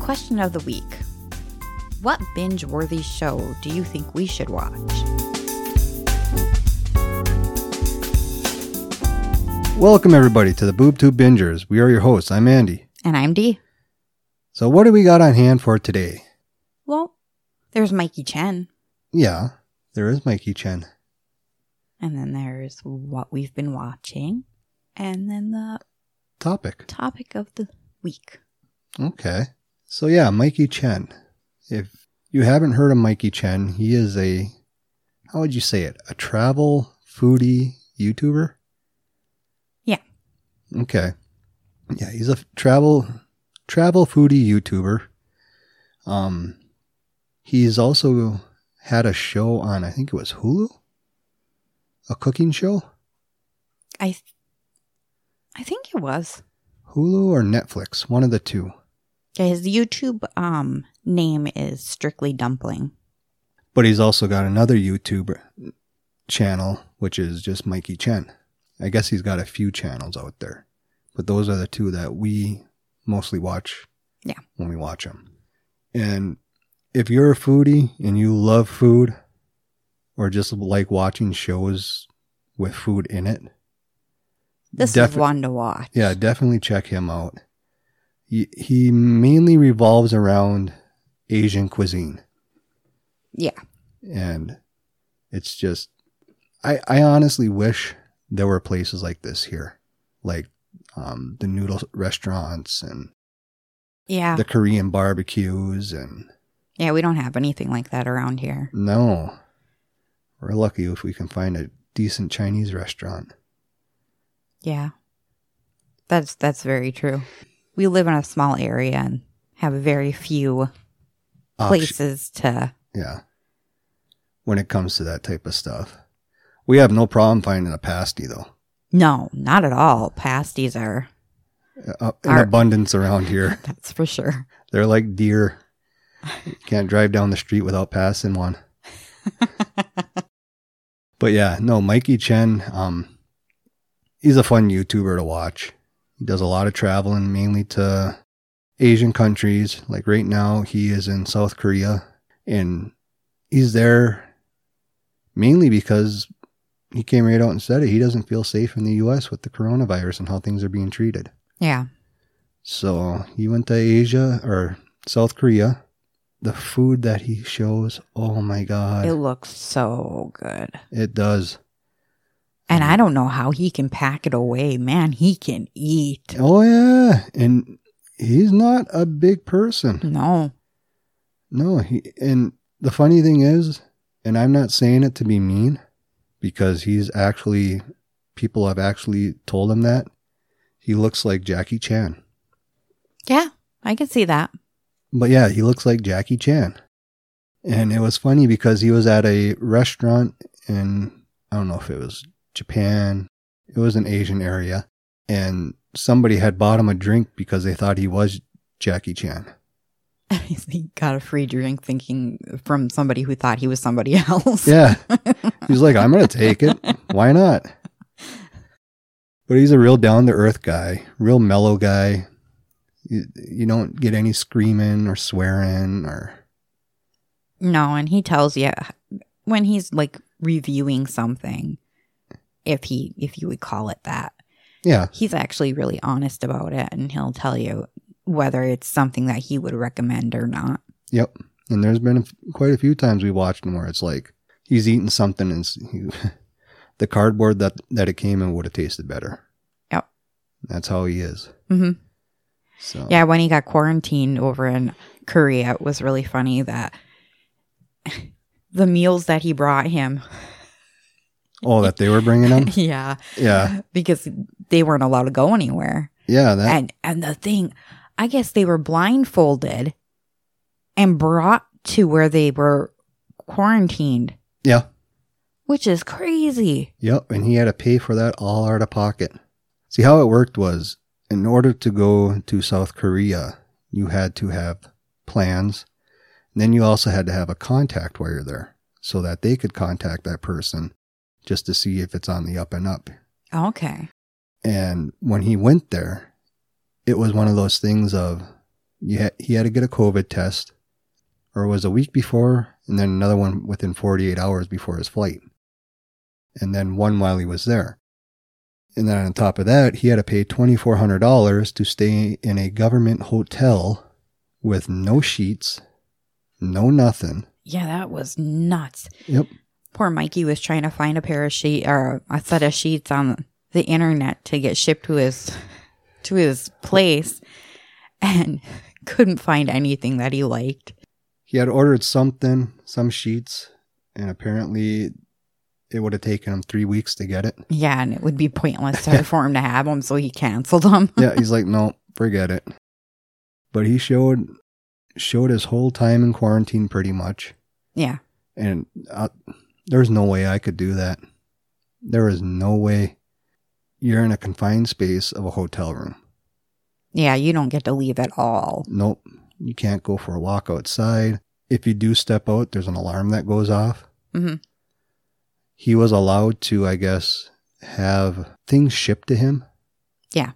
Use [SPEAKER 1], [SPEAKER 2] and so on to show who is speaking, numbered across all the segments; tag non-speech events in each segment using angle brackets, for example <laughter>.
[SPEAKER 1] question of the week What binge worthy show do you think we should watch?
[SPEAKER 2] Welcome, everybody, to the Boob Tube Bingers. We are your hosts. I'm Andy.
[SPEAKER 1] And I'm Dee.
[SPEAKER 2] So, what do we got on hand for today?
[SPEAKER 1] Well, there's Mikey Chen,
[SPEAKER 2] Yeah, there is Mikey Chen.
[SPEAKER 1] and then there's what we've been watching, and then the
[SPEAKER 2] Topic.
[SPEAKER 1] topic of the week.
[SPEAKER 2] Okay. So, yeah, Mikey Chen. If you haven't heard of Mikey Chen, he is a, how would you say it? A travel foodie YouTuber?
[SPEAKER 1] Yeah.
[SPEAKER 2] Okay. Yeah, he's a f- travel travel foodie YouTuber. Um he's also had a show on I think it was Hulu. A cooking show?
[SPEAKER 1] I, th- I think it was.
[SPEAKER 2] Hulu or Netflix, one of the two.
[SPEAKER 1] Okay, his YouTube um name is Strictly Dumpling.
[SPEAKER 2] But he's also got another YouTube channel, which is just Mikey Chen. I guess he's got a few channels out there, but those are the two that we mostly watch.
[SPEAKER 1] Yeah.
[SPEAKER 2] When we watch them. And if you're a foodie and you love food or just like watching shows with food in it,
[SPEAKER 1] This
[SPEAKER 2] defi-
[SPEAKER 1] is one to watch.
[SPEAKER 2] yeah, definitely check him out. He, he mainly revolves around Asian cuisine.
[SPEAKER 1] Yeah.
[SPEAKER 2] and it's just I I honestly wish there were places like this here, like um, the noodle restaurants and
[SPEAKER 1] Yeah.
[SPEAKER 2] the Korean barbecues and
[SPEAKER 1] yeah, we don't have anything like that around here.
[SPEAKER 2] no, we're lucky if we can find a decent Chinese restaurant.
[SPEAKER 1] Yeah. That's that's very true. We live in a small area and have very few
[SPEAKER 2] Opti-
[SPEAKER 1] places to
[SPEAKER 2] yeah. When it comes to that type of stuff, we have no problem finding a pasty though.
[SPEAKER 1] No, not at all. Pasties are
[SPEAKER 2] Uh, in
[SPEAKER 1] Our-
[SPEAKER 2] abundance around here,
[SPEAKER 1] that's for sure.
[SPEAKER 2] they're like deer. You can't drive down the street without passing one. But yeah, no, Mikey Chen, um, he's a fun YouTuber to watch. He does a lot of traveling, mainly to Asian countries. Like right now, he is in South Korea, and he's there mainly because he came right out and said it. He doesn't feel safe in the U.S. with the coronavirus and how things are being treated.
[SPEAKER 1] yeah.
[SPEAKER 2] So he went to Asia or South Korea. The food that he shows, oh my god,
[SPEAKER 1] It
[SPEAKER 2] it,
[SPEAKER 1] looks so good.
[SPEAKER 2] does.
[SPEAKER 1] And I don't know how he can pack it away. Man, he can eat.
[SPEAKER 2] Oh yeah, and he's not a big person.
[SPEAKER 1] No.
[SPEAKER 2] No, he and the funny thing is, and I'm not saying it to be mean, because he's actually people have actually told him that he looks like Jackie Chan.
[SPEAKER 1] Yeah, I can see that. <laughs>
[SPEAKER 2] But yeah, he looks like Jackie Chan. And it was funny because he was at a restaurant in, I don't know if it was Japan, it was an Asian area, and somebody had bought him a drink because they thought he was Jackie Chan.
[SPEAKER 1] he got a free drink thinking from somebody who thought he was somebody <laughs> else.
[SPEAKER 2] Yeah. He's like, I'm going to take it. Why not? But he's a real down to earth guy, real mellow guy. You, you don't get any screaming or swearing or,
[SPEAKER 1] No, and he tells you when he's like reviewing something, if he if you would call it that,
[SPEAKER 2] yeah,
[SPEAKER 1] he's actually really honest about it and he'll tell you whether it's something that he would recommend or not.
[SPEAKER 2] Yep. And there's been a f- quite a few times we watched him where it's like he's eating something and s- he, <laughs> the cardboard that, that it came in would have tasted better.
[SPEAKER 1] Yep.
[SPEAKER 2] That's how he is.
[SPEAKER 1] Mhm.
[SPEAKER 2] So
[SPEAKER 1] Yeah, when he got quarantined over in Korea, it was really funny that <laughs> the meals that he brought him, <laughs>
[SPEAKER 2] Oh, that they were bringing him.
[SPEAKER 1] yeah,
[SPEAKER 2] yeah.
[SPEAKER 1] because they weren't allowed to go anywhere.
[SPEAKER 2] Yeah. That.
[SPEAKER 1] and and the thing, I guess they were blindfolded and brought to where they were quarantined,
[SPEAKER 2] Yeah.
[SPEAKER 1] which is crazy.
[SPEAKER 2] Yep. And he had to pay for that all out of pocket. See how it worked was in order to go to South Korea, you had to have plans. Then you also had to have a contact while you're there so that they could contact that person just to see if it's on the up and up.
[SPEAKER 1] Okay.
[SPEAKER 2] And when he went there, it was one of those things of you ha- he had to get a COVID test, or it was a week before, and then another one within 48 hours before his flight, and then one while he was there. And then on top of that, he had to pay $2,400 to stay in a government hotel with no sheets, no nothing.
[SPEAKER 1] Yeah, that was nuts.
[SPEAKER 2] Yep.
[SPEAKER 1] Poor Mikey was trying to find a pair of sheet or a set of sheets on the internet to get shipped to his to his place and <laughs> couldn't find anything that he liked.
[SPEAKER 2] He had ordered something, some sheets, and apparently it would have taken him three weeks to get it.
[SPEAKER 1] Yeah, and it would be pointless to, for him to have them, so he canceled them.
[SPEAKER 2] yeah, he's like, no, forget it. But he showed showed his whole time in quarantine pretty much,
[SPEAKER 1] <laughs> yeah.
[SPEAKER 2] and I, there's no way I could do that. There is no way. You're in a confined space of a hotel room.
[SPEAKER 1] Yeah, you don't get to leave at all.
[SPEAKER 2] Nope, you can't go for a walk outside. If you do step out, there's an alarm that goes off.
[SPEAKER 1] Mhm.
[SPEAKER 2] He was allowed to, I guess, have things shipped to him.
[SPEAKER 1] Yeah.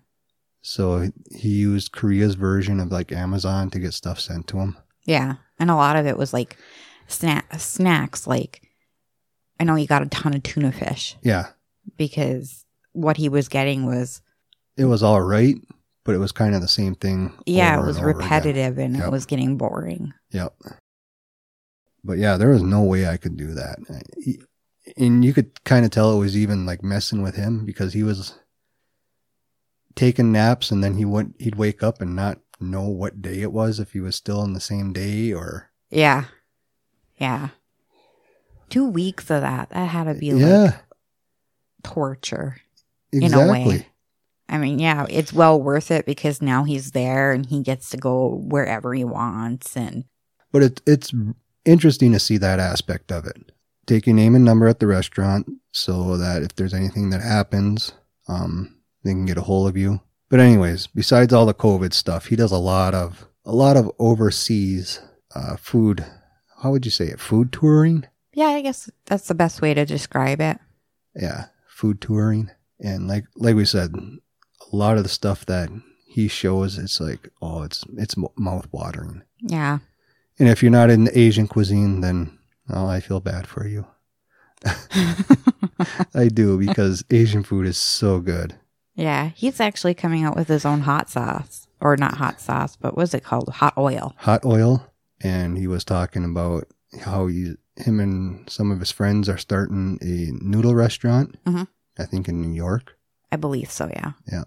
[SPEAKER 2] So he used Korea's version of like Amazon to get stuff sent to him.
[SPEAKER 1] Yeah. And a lot of it was like snack snacks like I know he got a ton of tuna fish
[SPEAKER 2] Yeah,
[SPEAKER 1] because what he was getting was
[SPEAKER 2] it was all right, but it was kind of the same thing.
[SPEAKER 1] yeah,
[SPEAKER 2] over
[SPEAKER 1] it was
[SPEAKER 2] and over again.
[SPEAKER 1] repetitive and
[SPEAKER 2] Yep.
[SPEAKER 1] it was getting boring.
[SPEAKER 2] Yep. But yeah, there was no way I could do that. He- And you could kind of tell it was even like messing with him because he was taking naps and then he would he'd wake up and not know what day it was if he was still on the same day or
[SPEAKER 1] Yeah. Yeah. Two weeks of that. That had to be like
[SPEAKER 2] yeah
[SPEAKER 1] torture. in a way.
[SPEAKER 2] exactly
[SPEAKER 1] I mean, yeah, it's well worth it because now he's there and he gets to go wherever he wants and
[SPEAKER 2] but it, it's interesting to see that aspect of it take your name and number at the restaurant so that if there's anything that happens um, they can get a hold of you but anyways besides all the covid stuff he does a lot of a lot of overseas uh, food how would you say it food touring
[SPEAKER 1] yeah, I guess that's the best way to describe it.
[SPEAKER 2] yeah food touring and like like we said a lot of the stuff that he shows it's like oh it's it's mouth watering
[SPEAKER 1] Yeah. <laughs>
[SPEAKER 2] And if you're not in Asian cuisine, then oh, I feel bad for you. I do because Asian food is so good.
[SPEAKER 1] Yeah, he's actually coming out with his own hot sauce, or not hot sauce, but what's it called? Hot oil.
[SPEAKER 2] Hot oil, and he was talking about how he, him and some of his friends are starting a noodle restaurant.
[SPEAKER 1] Mhm.
[SPEAKER 2] I think in New York.
[SPEAKER 1] I believe so. Yeah.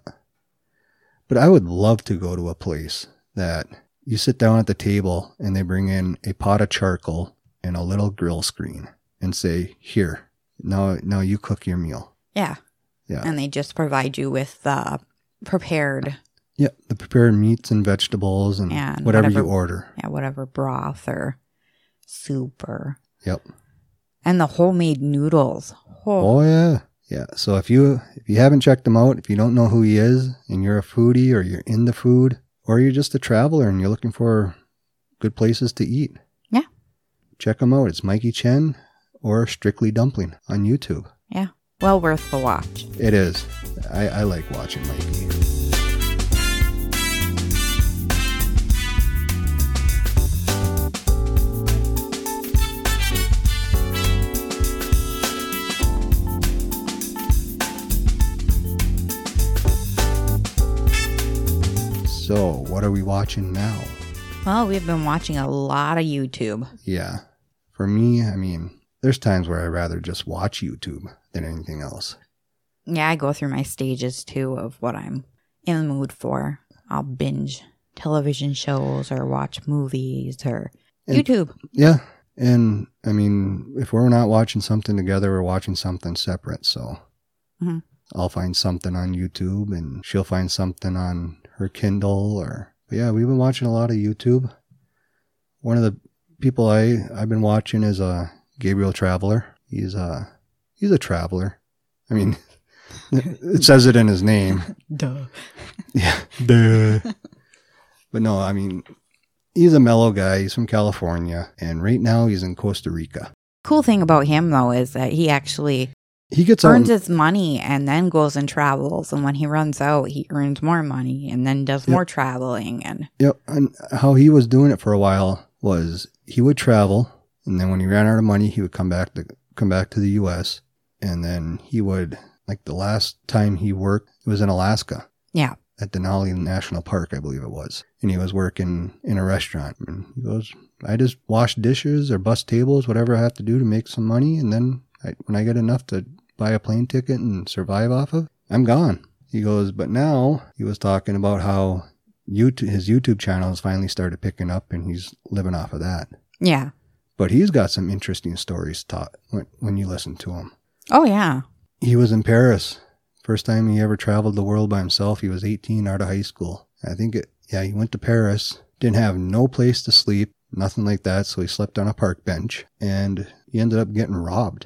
[SPEAKER 2] But I would love to go to a place that you sit down at the table and they bring in a pot of charcoal and a little grill screen and say, "Here, now, now you cook your meal."
[SPEAKER 1] Yeah.
[SPEAKER 2] Yeah.
[SPEAKER 1] And they just provide you with the prepared,
[SPEAKER 2] Yeah, the prepared meats and vegetables and
[SPEAKER 1] And
[SPEAKER 2] whatever,
[SPEAKER 1] whatever-
[SPEAKER 2] you order.
[SPEAKER 1] yeah, whatever broth or soup or.
[SPEAKER 2] Yep.
[SPEAKER 1] And the homemade noodles. Oh,
[SPEAKER 2] Oh yeah, yeah. So if you if you haven't checked him out, if you don't know who he is, and you're a foodie or you're into food, or you're just a traveler and you're looking for good places to eat,
[SPEAKER 1] Yeah.
[SPEAKER 2] check him out. It's Mikey Chen or Strictly Dumpling on YouTube.
[SPEAKER 1] yeah. Well worth the watch.
[SPEAKER 2] It is. I, I like watching Mikey. So, what are we watching now?
[SPEAKER 1] Well, we've been watching a lot of YouTube.
[SPEAKER 2] Yeah. For me, I mean, there's times where I'd rather just watch YouTube than anything else.
[SPEAKER 1] Yeah, I go through my stages too of what I'm in the mood for. I'll binge television shows or watch movies or
[SPEAKER 2] And-
[SPEAKER 1] YouTube.
[SPEAKER 2] Yeah. And I mean, if we're not watching something together, we're watching something separate. So
[SPEAKER 1] Mhm.
[SPEAKER 2] I'll find something on YouTube and she'll find something on her Kindle or, but yeah, we've been watching a lot of YouTube. One of the people I, I've been watching is uh, Gabriel Traveler. He's a, he's a traveler. I mean, <laughs> it says it in his name.
[SPEAKER 1] Duh.
[SPEAKER 2] Yeah. Duh. but no, I mean, he's a mellow guy. He's from California. And right now he's in Costa Rica.
[SPEAKER 1] Cool thing about him though is that he actually
[SPEAKER 2] He gets out.
[SPEAKER 1] earns his money and then goes and travels. And when he runs out, he earns more money and then does
[SPEAKER 2] Yep.
[SPEAKER 1] more traveling. And
[SPEAKER 2] Yep. And how he was doing it for a while was he would travel, and then when he ran out of money, he would come back to come back to the U.S. And then he would like the last time he worked it was in Alaska.
[SPEAKER 1] Yeah.
[SPEAKER 2] At Denali National Park, I believe it was, and he was working in a restaurant. And he goes, "I just wash dishes or bus tables, whatever I have to do to make some money, and then I, when I get enough to buy a plane ticket and survive off of, I'm gone." He goes, "But now he was talking about how YouTube, his YouTube channel has finally started picking up, and he's living off of that.
[SPEAKER 1] yeah.
[SPEAKER 2] But he's got some interesting stories taught when, when you listen to him.
[SPEAKER 1] Oh, yeah.
[SPEAKER 2] He was in Paris, first time he ever traveled the world by himself. He was 18, out of high school. I think it. Yeah, he went to Paris, didn't have no place to sleep, nothing like that. So he slept on a park bench, and he ended up getting robbed.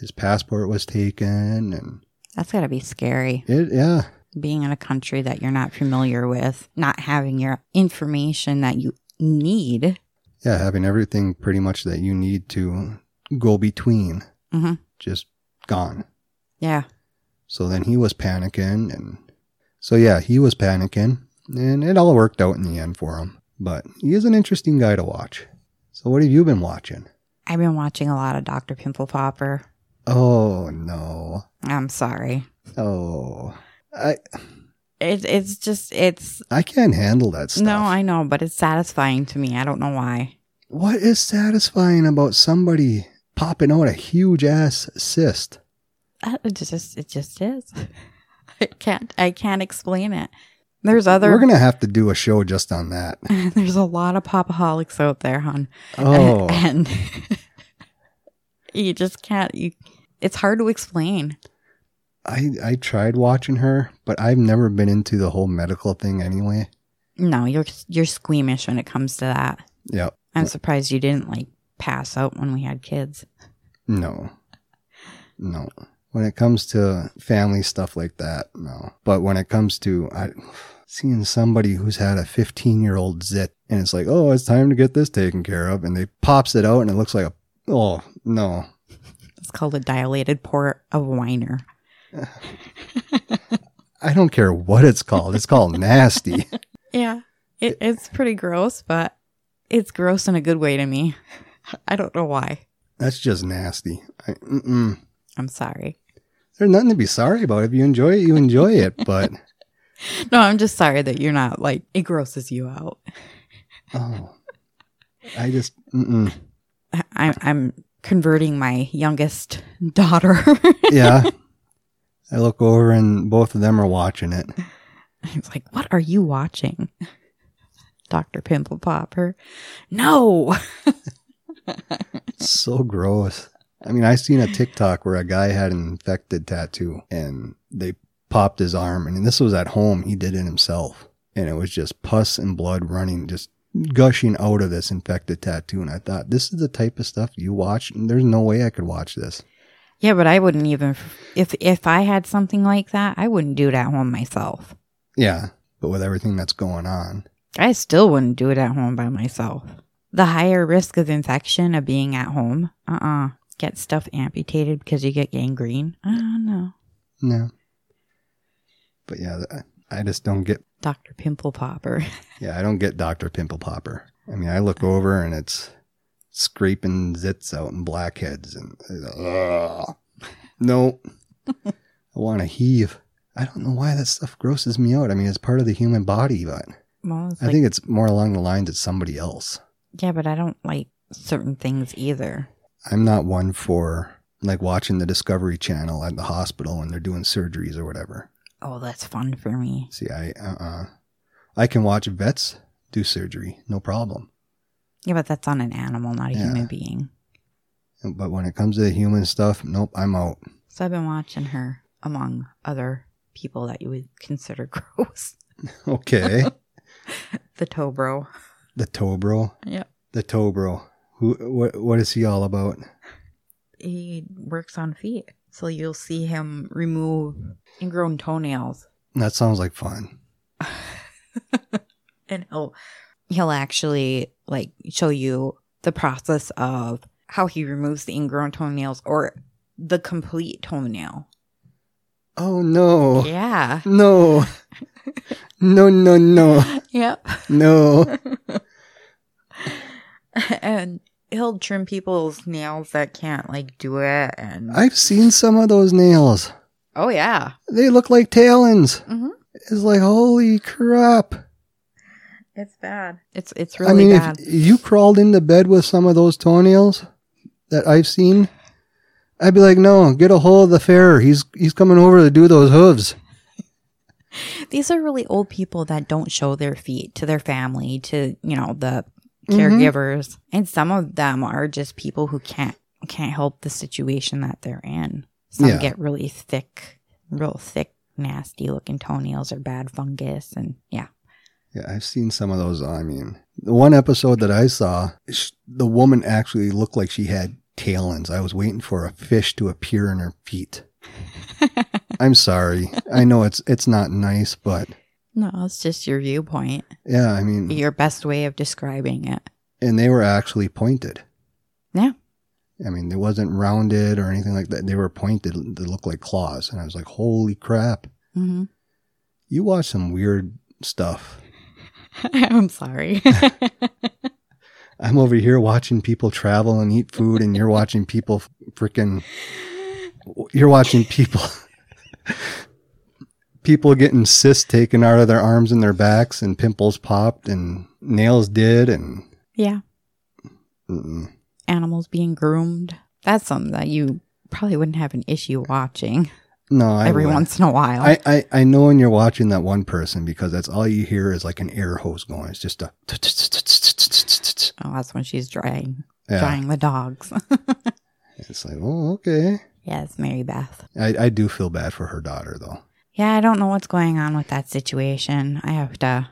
[SPEAKER 2] His passport was taken, and
[SPEAKER 1] That's got to be scary.
[SPEAKER 2] it. Yeah,
[SPEAKER 1] Being in a country that you're not familiar with, not having your information that you need.
[SPEAKER 2] yeah, having everything pretty much that you need to go between,
[SPEAKER 1] Mhm.
[SPEAKER 2] just gone.
[SPEAKER 1] Yeah.
[SPEAKER 2] So then he was panicking, and so yeah, he was panicking, and it all worked out in the end for him. But he is an interesting guy to watch. So what have you been watching?
[SPEAKER 1] I've been watching a lot of Dr. Pimple Popper.
[SPEAKER 2] Oh no,
[SPEAKER 1] I'm sorry.
[SPEAKER 2] oh, I
[SPEAKER 1] It, it's just, it's,
[SPEAKER 2] I can't handle that stuff.
[SPEAKER 1] no, I know, but it's satisfying to me. I don't know why.
[SPEAKER 2] What is satisfying about somebody popping out a huge ass cyst?
[SPEAKER 1] Uh, It just, it just is. <laughs> I can't, I can't explain it. There's other,
[SPEAKER 2] We're gonna have to do a show just on that.
[SPEAKER 1] <laughs> there's a lot of popaholics out there, hon.
[SPEAKER 2] Oh,
[SPEAKER 1] <laughs> and you just can't, you, it's hard to explain.
[SPEAKER 2] I I tried watching her, but I've never been into the whole medical thing anyway.
[SPEAKER 1] No, you're, you're squeamish when it comes to that.
[SPEAKER 2] Yep.
[SPEAKER 1] I'm surprised you didn't like pass out when we had kids.
[SPEAKER 2] No. No. When it comes to family stuff like that, no. But when it comes to I seeing somebody who's had a 15 year old zit and it's like, oh, it's time to get this taken care of, and they pops it out and it looks like a oh no.
[SPEAKER 1] It's called a dilated port of winer.
[SPEAKER 2] I don't care what it's called. It's called nasty. <laughs>
[SPEAKER 1] Yeah. It, it's pretty gross, but it's gross in a good way to me. <laughs> I don't know why.
[SPEAKER 2] That's just nasty. I, mm-mm.
[SPEAKER 1] I'm sorry.
[SPEAKER 2] There's nothing to be sorry about. If you enjoy it, you enjoy it. But
[SPEAKER 1] No, I'm just sorry that you're not like, it grosses you out.
[SPEAKER 2] oh, I just mm-mm.
[SPEAKER 1] I, I'm- I'm converting my youngest daughter. <laughs>
[SPEAKER 2] yeah. I look over and both of them are watching it.
[SPEAKER 1] It's like, what are you watching? Dr. Pimple Popper. No.
[SPEAKER 2] It's so gross. I mean, I seen a TikTok where a guy had an infected tattoo and they popped his arm and this was at home. He did it himself. And it was just pus and blood running, just gushing out of this infected tattoo. And I thought, this is the type of stuff you watch. And there's no way I could watch this.
[SPEAKER 1] Yeah, but I wouldn't even if if I had something like that, I wouldn't do it at home myself.
[SPEAKER 2] Yeah. But with everything that's going on,
[SPEAKER 1] I still wouldn't do it at home by myself. The higher risk of infection of being at home. Uh uh Get stuff amputated because you get gangrene. I don't know.
[SPEAKER 2] no. But yeah, I- I just don't get
[SPEAKER 1] Dr. Pimple Popper. <laughs>
[SPEAKER 2] Yeah, I don't get Dr. Pimple Popper. I mean, I look over and it's scraping zits out and blackheads and ugh. no. I want to heave. I don't know why that stuff grosses me out. I mean, it's part of the human body, but
[SPEAKER 1] Well, it's
[SPEAKER 2] I
[SPEAKER 1] like,
[SPEAKER 2] think it's more along the lines of somebody else.
[SPEAKER 1] yeah, but I don't like certain things either.
[SPEAKER 2] I'm not one for like watching the Discovery Channel at the hospital when they're doing surgeries or whatever.
[SPEAKER 1] Oh, that's fun for me.
[SPEAKER 2] See, I uh-uh. I can watch vets do surgery, no problem.
[SPEAKER 1] Yeah, but that's on an animal, not a
[SPEAKER 2] Yeah.
[SPEAKER 1] human being.
[SPEAKER 2] But when it comes to the human stuff, nope, I'm out.
[SPEAKER 1] So I've been watching her among other people that you would consider <laughs> gross. <laughs>
[SPEAKER 2] Okay.
[SPEAKER 1] The Tobro.
[SPEAKER 2] The Tobro.
[SPEAKER 1] Yep.
[SPEAKER 2] The Tobro. Who? What? What is he all about?
[SPEAKER 1] he works on feet. So you'll see him remove ingrown toenails
[SPEAKER 2] That sounds like fun.
[SPEAKER 1] and he'll he'll actually like show you the process of how he removes the ingrown toenails or the complete toenail.
[SPEAKER 2] Oh no.
[SPEAKER 1] Yeah.
[SPEAKER 2] No. no, no, no.
[SPEAKER 1] <laughs> Yep. <laughs>
[SPEAKER 2] No.
[SPEAKER 1] and he'll trim people's nails that can't like do it. And
[SPEAKER 2] I've seen some of those nails.
[SPEAKER 1] oh yeah,
[SPEAKER 2] They look like talons.
[SPEAKER 1] Mhm.
[SPEAKER 2] It's like, holy crap.
[SPEAKER 1] it's bad. It's it's
[SPEAKER 2] I
[SPEAKER 1] really
[SPEAKER 2] mean,
[SPEAKER 1] bad.
[SPEAKER 2] if you crawled into bed with some of those toenails that I've seen, I'd be like, no, get a hold of the farer. He's he's coming over to do those hooves.
[SPEAKER 1] These are really old people that don't show their feet to their family, to you know the
[SPEAKER 2] Mhm.
[SPEAKER 1] caregivers, and some of them are just people who can't can't help the situation that they're in. Some
[SPEAKER 2] Yeah.
[SPEAKER 1] get really thick, real thick, nasty looking toenails or bad fungus, and yeah.
[SPEAKER 2] Yeah, I've seen some of those. I mean, the one episode that I saw, sh- the woman actually looked like she had talons. I was waiting for a fish to appear in her feet. I'm sorry. I know it's it's not nice, but
[SPEAKER 1] No, it's just your viewpoint,
[SPEAKER 2] yeah, I mean,
[SPEAKER 1] your best way of describing it.
[SPEAKER 2] and they were actually pointed.
[SPEAKER 1] Yeah.
[SPEAKER 2] I mean, they wasn't rounded or anything like that. They were pointed. They looked like claws, and I was like, "Holy crap!
[SPEAKER 1] hmm
[SPEAKER 2] Mm-hmm. You watch some weird stuff."
[SPEAKER 1] <laughs> I'm sorry. <laughs>
[SPEAKER 2] I'm over here watching people travel and eat food, and you're watching people freaking. You're watching people. <laughs> people getting cysts taken out of their arms and their backs, and pimples popped, and nails did, and.
[SPEAKER 1] yeah.
[SPEAKER 2] Mm-mm.
[SPEAKER 1] Animals being groomed. That's something that you probably wouldn't have an issue watching
[SPEAKER 2] No, I
[SPEAKER 1] every
[SPEAKER 2] would.
[SPEAKER 1] once in a while.
[SPEAKER 2] I, I, I know when you're watching that one person because that's all you hear is like an air hose going. It's just a. <laughs>
[SPEAKER 1] oh, that's when she's drying
[SPEAKER 2] Yeah.
[SPEAKER 1] drying the dogs. <laughs>
[SPEAKER 2] It's like, oh, okay.
[SPEAKER 1] yes, Mary Beth.
[SPEAKER 2] I, I do feel bad for her daughter, though.
[SPEAKER 1] Yeah, I don't know what's going on with that situation. I have to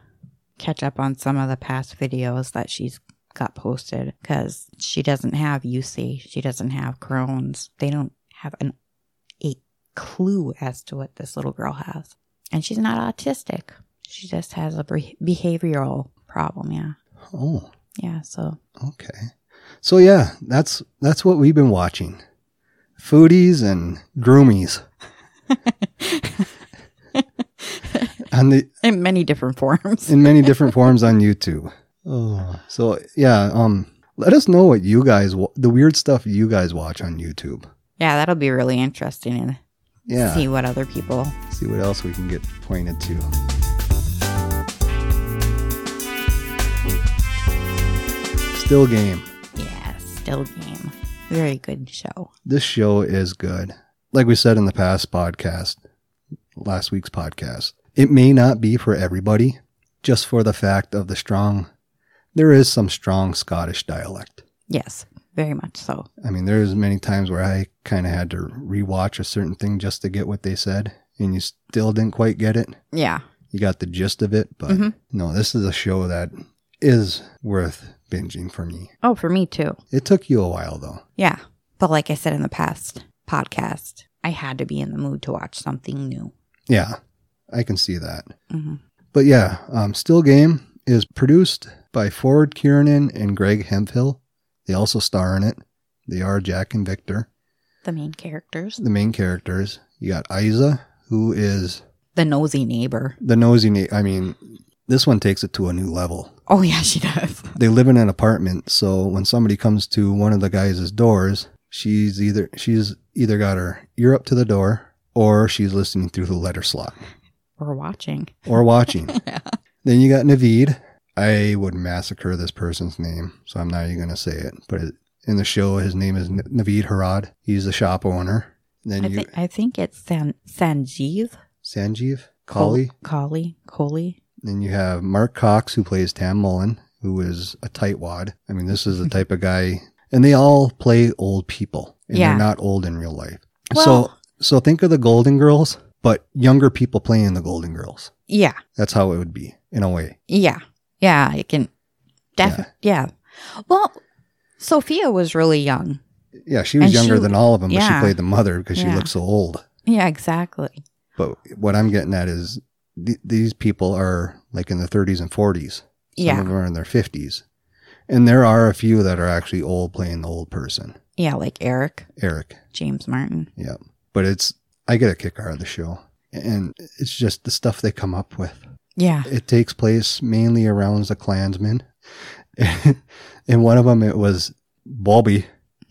[SPEAKER 1] catch up on some of the past videos that she's got posted because she doesn't have UC. She doesn't have Crohn's. They don't have an, a clue as to what this little girl has. And she's not autistic. She just has a beh- behavioral problem. Yeah.
[SPEAKER 2] Oh.
[SPEAKER 1] Yeah. So,
[SPEAKER 2] Okay. So yeah, that's that's what we've been watching. Foodies and groomies on the
[SPEAKER 1] in many different <laughs> forms.
[SPEAKER 2] in many different forms on YouTube. Oh. So yeah, um let us know what you guys wa- the weird stuff you guys watch on YouTube.
[SPEAKER 1] Yeah. That'll be really interesting and
[SPEAKER 2] Yeah.
[SPEAKER 1] see what other people
[SPEAKER 2] see what else we can get pointed to. Still game.
[SPEAKER 1] Yeah, still game. Very good show.
[SPEAKER 2] this show is good. Like we said in the past podcast, last week's podcast, it may not be for everybody, just for the fact of the strong. There is some strong Scottish dialect.
[SPEAKER 1] Yes, very much so.
[SPEAKER 2] I mean, there's many times where I kind of had to rewatch a certain thing just to get what they said, and you still didn't quite get it.
[SPEAKER 1] Yeah.
[SPEAKER 2] You got the gist of it, but
[SPEAKER 1] Mhm.
[SPEAKER 2] no, this is a show that is worth binging for me.
[SPEAKER 1] Oh, for me too.
[SPEAKER 2] It took you a while though.
[SPEAKER 1] Yeah. But like I said in the past podcast, I had to be in the mood to watch something new.
[SPEAKER 2] Yeah, I can see that.
[SPEAKER 1] hmm
[SPEAKER 2] But yeah, um, Still Game is produced by Ford Kiernan and Greg Hemphill. They also star in it. They are Jack and Victor,
[SPEAKER 1] The main characters.
[SPEAKER 2] the main characters. You got Isa, who is
[SPEAKER 1] The nosy neighbor.
[SPEAKER 2] the nosy. Na- I mean, this one takes it to a new level.
[SPEAKER 1] Oh, yeah, she does.
[SPEAKER 2] They live in an apartment, so when somebody comes to one of the guys' doors, she's either she's either got her ear up to the door or she's listening through the letter slot
[SPEAKER 1] We're watching.
[SPEAKER 2] or watching.
[SPEAKER 1] <laughs> Yeah.
[SPEAKER 2] Then you got Naveed. I would massacre this person's name, so I'm not even going to say it. But it- in the show, his name is N- Naveed Harad. He's the shop owner. Then
[SPEAKER 1] I,
[SPEAKER 2] you
[SPEAKER 1] thi- I think it's San- Sanjeev.
[SPEAKER 2] Sanjeev
[SPEAKER 1] Col-
[SPEAKER 2] Kali.
[SPEAKER 1] Kali. Coley.
[SPEAKER 2] Then you have Mark Cox, who plays Tam Mullen, who is a tightwad. I mean, this
[SPEAKER 1] <laughs>
[SPEAKER 2] is the type of guy, and they all play old people, and
[SPEAKER 1] Yeah.
[SPEAKER 2] they're not old in real life. so,
[SPEAKER 1] Well-
[SPEAKER 2] so think of the Golden Girls, but younger people playing the Golden Girls.
[SPEAKER 1] Yeah.
[SPEAKER 2] That's how it would be in a way.
[SPEAKER 1] Yeah. Yeah. I can definitely. Yeah. Well, Sophia was really young.
[SPEAKER 2] Yeah, she was
[SPEAKER 1] And
[SPEAKER 2] younger
[SPEAKER 1] she-
[SPEAKER 2] than all of them, but she
[SPEAKER 1] yeah.
[SPEAKER 2] played the mother because she
[SPEAKER 1] Yeah.
[SPEAKER 2] looked so old.
[SPEAKER 1] Yeah, exactly.
[SPEAKER 2] But what I'm getting at is th- these people are like in the 30s and 40s. Some
[SPEAKER 1] Yeah.
[SPEAKER 2] of them are in their 50s. And there are a few that are actually old playing the old person,
[SPEAKER 1] Yeah, like Eric,
[SPEAKER 2] Eric.
[SPEAKER 1] James Martin.
[SPEAKER 2] Yep. But it's, I get a kick out of the show. And it's just the stuff they come up with.
[SPEAKER 1] Yeah.
[SPEAKER 2] It takes place mainly around the Klansmen. <laughs> and one of them, it was Bobby,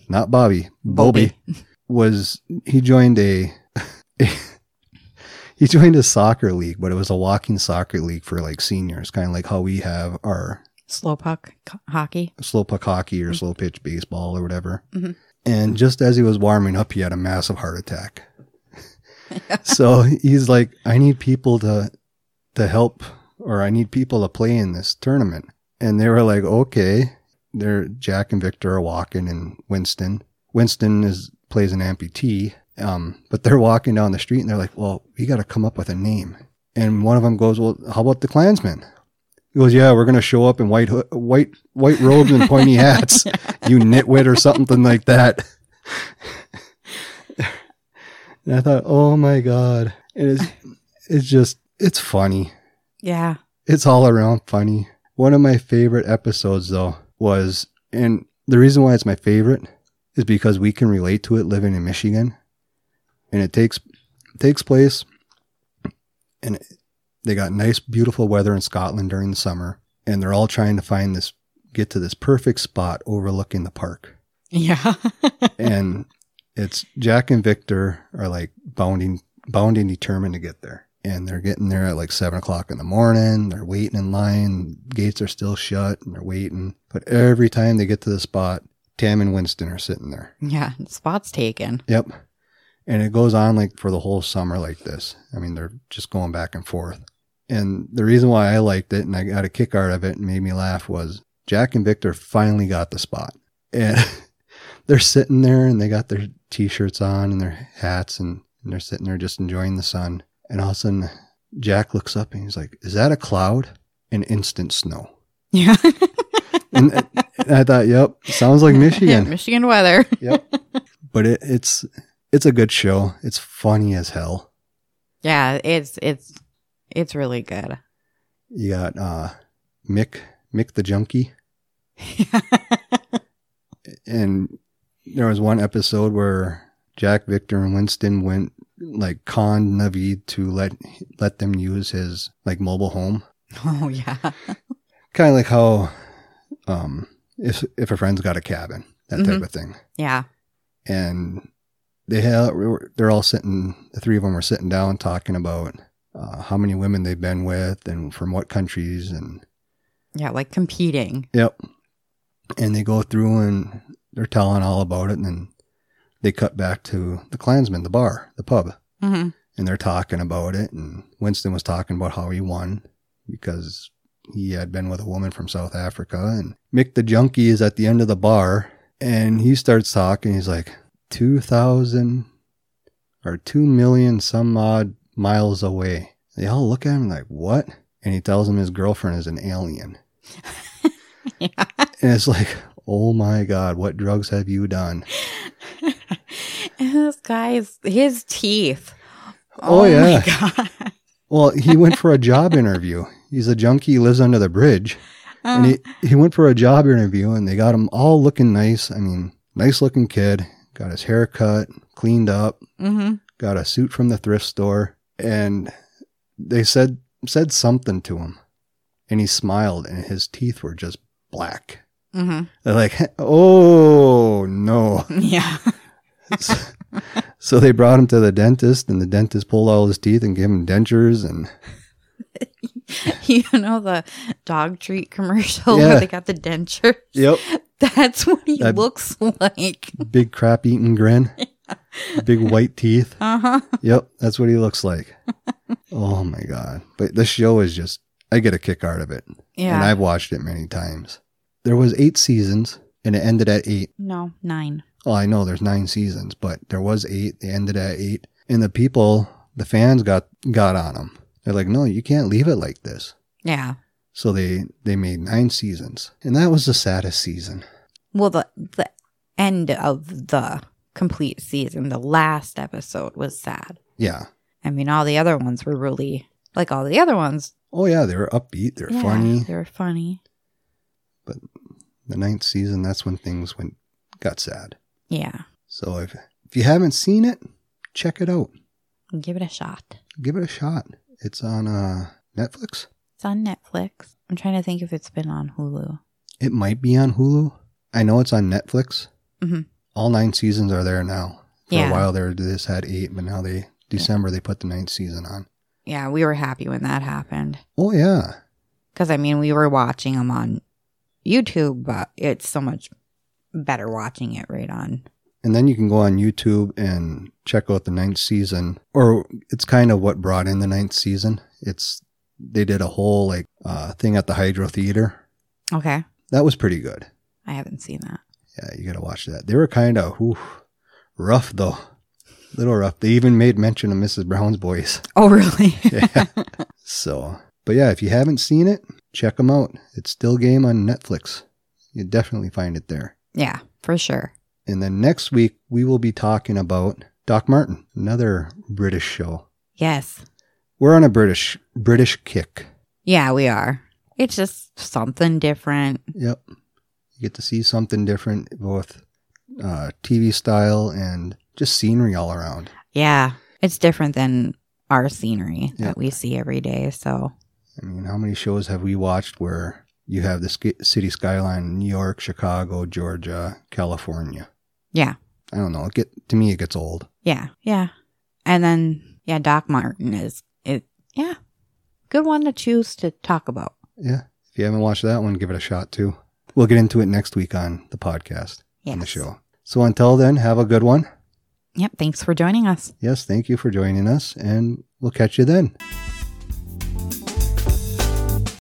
[SPEAKER 2] not Bobby, Bobby, was, he joined a, <laughs> he joined a soccer league, but it was a walking soccer league for like seniors, kind of like how we have our
[SPEAKER 1] Slowpoke co- hockey.
[SPEAKER 2] slow puck hockey or slow pitch baseball or whatever.
[SPEAKER 1] Mhm.
[SPEAKER 2] And just as he was warming up, he had a massive heart attack. so he's like, I need people to to help or I need people to play in this tournament. And they were like, Okay. They're Jack and Victor are walking and Winston. Winston is plays an amputee. Um, but they're walking down the street and they're like, Well, we gotta come up with a name. And one of them goes, Well, how about the Klansmen? He goes, Yeah, we're gonna show up in white ho- white white robes and pointy hats you nitwit or something like that. and I thought, oh my god, it is. It's just, it's funny.
[SPEAKER 1] <laughs> Yeah.
[SPEAKER 2] It's all around funny. One of my favorite episodes though was, and the reason why it's my favorite is because we can relate to it living in Michigan, and it takes takes place, and it, they got nice, beautiful weather in Scotland during the summer, and they're all trying to find this get to this perfect spot overlooking the park
[SPEAKER 1] Yeah.
[SPEAKER 2] and it's Jack and Victor are like bounding, bound and determined to get there. And they're getting there at like seven o'clock in the morning. They're waiting in line. Gates are still shut and they're waiting. But every time they get to the spot, Tam and Winston are sitting there.
[SPEAKER 1] <laughs> yeah. Spot's taken.
[SPEAKER 2] Yep. And it goes on like for the whole summer like this. I mean, they're just going back and forth. And the reason why I liked it and I got a kick out of it and made me laugh was Jack and Victor finally got the spot. And <laughs> they're sitting there and they got their t shirts on and their hats and, and they're sitting there just enjoying the sun. And all of a sudden, Jack looks up and he's like, Is that a cloud? And instant snow.
[SPEAKER 1] Yeah. <laughs>
[SPEAKER 2] And, <laughs> and I thought, Yep, sounds like Michigan
[SPEAKER 1] Michigan weather. <laughs>
[SPEAKER 2] yep. But it, it's it's a good show. It's funny as hell.
[SPEAKER 1] Yeah. It's, it's, it's really <laughs> good.
[SPEAKER 2] You got uh, Mick Mick the Junkie, and there was one episode where Jack Victor and Winston went like con Navid to let let them use his like mobile home,
[SPEAKER 1] oh, yeah.
[SPEAKER 2] kind of like how um, if if a friend's got a cabin, that type
[SPEAKER 1] Mhm.
[SPEAKER 2] of thing.
[SPEAKER 1] Yeah.
[SPEAKER 2] and they had, we were- they're all sitting the three of them were sitting down talking about uh, how many women they've been with and from what countries and
[SPEAKER 1] Yeah. Like competing.
[SPEAKER 2] yep and they go through and they're telling all about it and then they cut back to the Klansman, the bar the pub
[SPEAKER 1] hmm
[SPEAKER 2] and they're talking about it and winston was talking about how he won because he had been with a woman from south africa and mick the junkie is at the end of the bar and he starts talking he's like 2000 or 2 million some odd miles away they all look at him like what and he tells him his girlfriend is an alien
[SPEAKER 1] Yeah.
[SPEAKER 2] and it's like oh my god what drugs have you done
[SPEAKER 1] <laughs> and this guy's, his teeth.
[SPEAKER 2] Oh, yeah.
[SPEAKER 1] My <laughs> God.
[SPEAKER 2] well he went for a job <laughs> interview he's a junkie lives under the bridge and he, he went for a job interview and they got him all looking nice. I mean, nice looking kid, got his hair cut, cleaned up,
[SPEAKER 1] mm-hmm.
[SPEAKER 2] got a suit from the thrift store, and they said said something to him. And he smiled and his teeth were just black.
[SPEAKER 1] Mm-hmm.
[SPEAKER 2] They're like, "Oh, no." <laughs>
[SPEAKER 1] Yeah.
[SPEAKER 2] so they brought him to the dentist and the dentist pulled all his teeth and gave him dentures and
[SPEAKER 1] <laughs> you know the dog treat commercial
[SPEAKER 2] Yeah.
[SPEAKER 1] where they got the denture? <laughs>
[SPEAKER 2] yep,
[SPEAKER 1] That's what he
[SPEAKER 2] That-
[SPEAKER 1] looks like. <laughs>
[SPEAKER 2] big crap eating grin. Big white teeth.
[SPEAKER 1] Uh-huh.
[SPEAKER 2] Yep, that's what he looks like. <laughs> oh my god! But this show is just—I get a kick out of it, and
[SPEAKER 1] Yeah.
[SPEAKER 2] I've watched it many times. There was eight seasons, and it ended at eight.
[SPEAKER 1] no, nine.
[SPEAKER 2] Well, I know there's nine seasons, but there was eight. They ended at eight, and the people, the fans, got got on them. They're like, "No, you can't leave it like this."
[SPEAKER 1] Yeah.
[SPEAKER 2] So they they made nine seasons, and that was the saddest season.
[SPEAKER 1] Well, the the end of the complete season, the last episode was sad.
[SPEAKER 2] Yeah.
[SPEAKER 1] I mean, all the other ones were really like all the other ones.
[SPEAKER 2] Oh yeah, they were upbeat. They were
[SPEAKER 1] yeah,
[SPEAKER 2] funny.
[SPEAKER 1] They were funny.
[SPEAKER 2] the ninth season, that's when things went got sad.
[SPEAKER 1] Yeah.
[SPEAKER 2] So if if you haven't seen it, check it out.
[SPEAKER 1] Give it a shot.
[SPEAKER 2] Give it a shot. It's on uh, Netflix.
[SPEAKER 1] It's on Netflix. I'm trying to think if it's been on Hulu.
[SPEAKER 2] It might be on Hulu. I know it's on Netflix.
[SPEAKER 1] Mhm.
[SPEAKER 2] All nine seasons are there now. For
[SPEAKER 1] Yeah.
[SPEAKER 2] a while there, they just had eight, but now they December they put the ninth season on.
[SPEAKER 1] Yeah, we were happy when that happened.
[SPEAKER 2] Oh yeah,
[SPEAKER 1] Because, I mean, we were watching them on YouTube, but it's so much better watching it right on.
[SPEAKER 2] and then you can go on YouTube and check out the ninth season, or it's kind of what brought in the ninth season. It's they did a whole like uh, thing at the Hydro Theater.
[SPEAKER 1] Okay.
[SPEAKER 2] That was pretty good.
[SPEAKER 1] I haven't seen that. <laughs>
[SPEAKER 2] Yeah, you gotta watch that. They were kind of whew, rough though, little rough. They even made mention of Mrs. Brown's boys. <laughs>
[SPEAKER 1] Oh, really? <laughs>
[SPEAKER 2] Yeah. so, but yeah, if you haven't seen it, check them out. It's still game on Netflix. You definitely find it there.
[SPEAKER 1] yeah, for sure.
[SPEAKER 2] And then next week we will be talking about Doc Martin, another British show.
[SPEAKER 1] Yes.
[SPEAKER 2] We're on a British British kick.
[SPEAKER 1] Yeah, we are. It's just something different.
[SPEAKER 2] Yep. You get to see something different, both uh, TV style and just scenery all around.
[SPEAKER 1] Yeah. It's different than our scenery
[SPEAKER 2] Yeah.
[SPEAKER 1] that we see every day. So,
[SPEAKER 2] I mean, how many shows have we watched where you have the sk- city skyline, in New York, Chicago, Georgia, California?
[SPEAKER 1] Yeah.
[SPEAKER 2] I don't know. It get to me, it gets old.
[SPEAKER 1] yeah. Yeah. And then, yeah, Doc Martin is, it, yeah, good one to choose to talk about.
[SPEAKER 2] Yeah. If you haven't watched that one, give it a shot too. We'll get into it next week on the podcast
[SPEAKER 1] Yes.
[SPEAKER 2] on the show. So until then, have a good one.
[SPEAKER 1] Yep. Thanks for joining us.
[SPEAKER 2] Yes, thank you for joining us, and we'll catch you then.